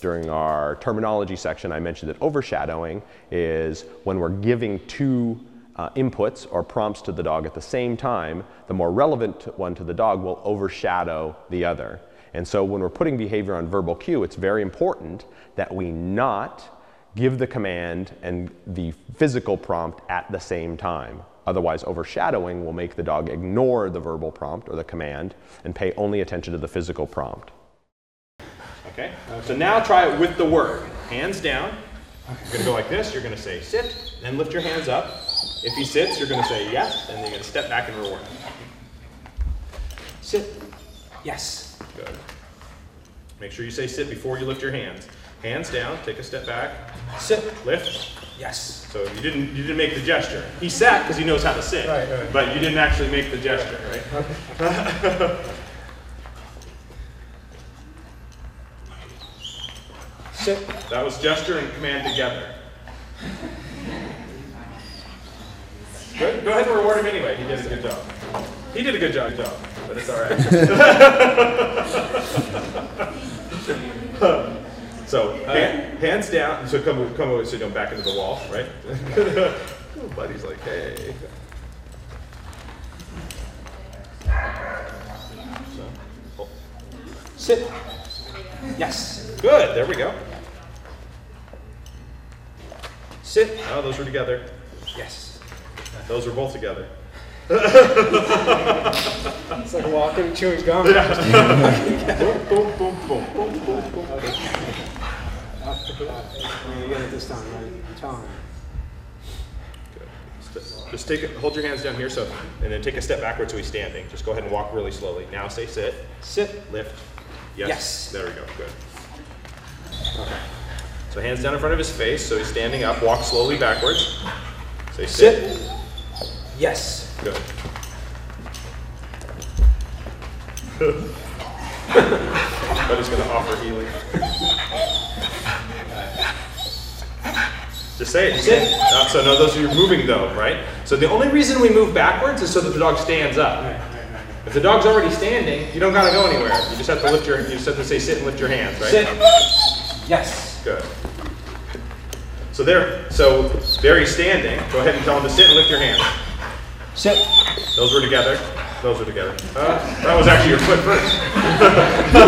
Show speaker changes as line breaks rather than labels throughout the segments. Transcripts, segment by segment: During our terminology section, I mentioned that overshadowing is when we're giving two uh, inputs or prompts to the dog at the same time, the more relevant one to the dog will overshadow the other. And so when we're putting behavior on verbal cue, it's very important that we not give the command and the physical prompt at the same time. Otherwise, overshadowing will make the dog ignore the verbal prompt or the command and pay only attention to the physical prompt. Okay, uh, so now try it with the word. Hands down. You're going to go like this. You're going to say sit, then lift your hands up. If he sits, you're going to say yes, and then you're going to step back and reward. Sit. Yes. Good. Make sure you say sit before you lift your hands. Hands down, take a step back. Sit, lift. Yes. So you didn't you didn't make the gesture. He sat because he knows how to sit.
Right, right.
But you didn't actually make the gesture, right?
Sit.
That was gesture and command together. Good. Go ahead and reward him anyway. He did a good job. He did a good job, job but it's all right. so hand- hands down. So come come over. Sit down back into the wall, right? Little buddy's like, hey. So, oh. Sit. Yes. Good. There we go. Sit. Oh, those were together. Yes. Those were both together.
It's like walking and chewing gum.
boom, boom, boom, boom, boom, boom, boom.
I'll pick it up. Yeah, you got it this time, right? I'm telling you.
Good. Just- Just take it, hold your hands down here, so, and then take a step backwards so he's standing. Just go ahead and walk really slowly. Now say sit. Sit. Lift. Yes.
Yes.
There we go. Good. So hands down in front of his face, so he's standing up. Walk slowly backwards. Say sit.
Yes.
Good. but he's gonna offer healing. Just say it. Sit. Not so no, those are you're moving though, right? So the only reason we move backwards is so that the dog stands up. If the dog's already standing, you don't gotta go anywhere. You just have to lift your. You just have to say sit and lift your hands, right?
Sit. Yes.
Good. So there. So there he's standing. Go ahead and tell him to sit and lift your hands.
Sit.
Those were together. Those were together. Uh, that was actually your foot first.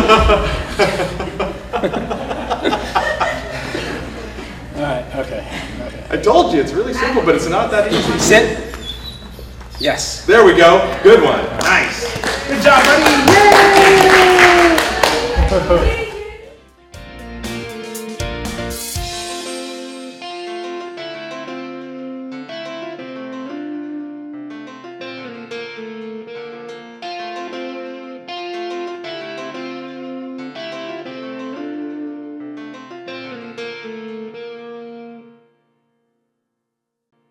All right, okay.
I told you, it's really simple, but it's not that easy.
Sit. Yes.
There we go. Good one. Nice. Good job, buddy. Yay!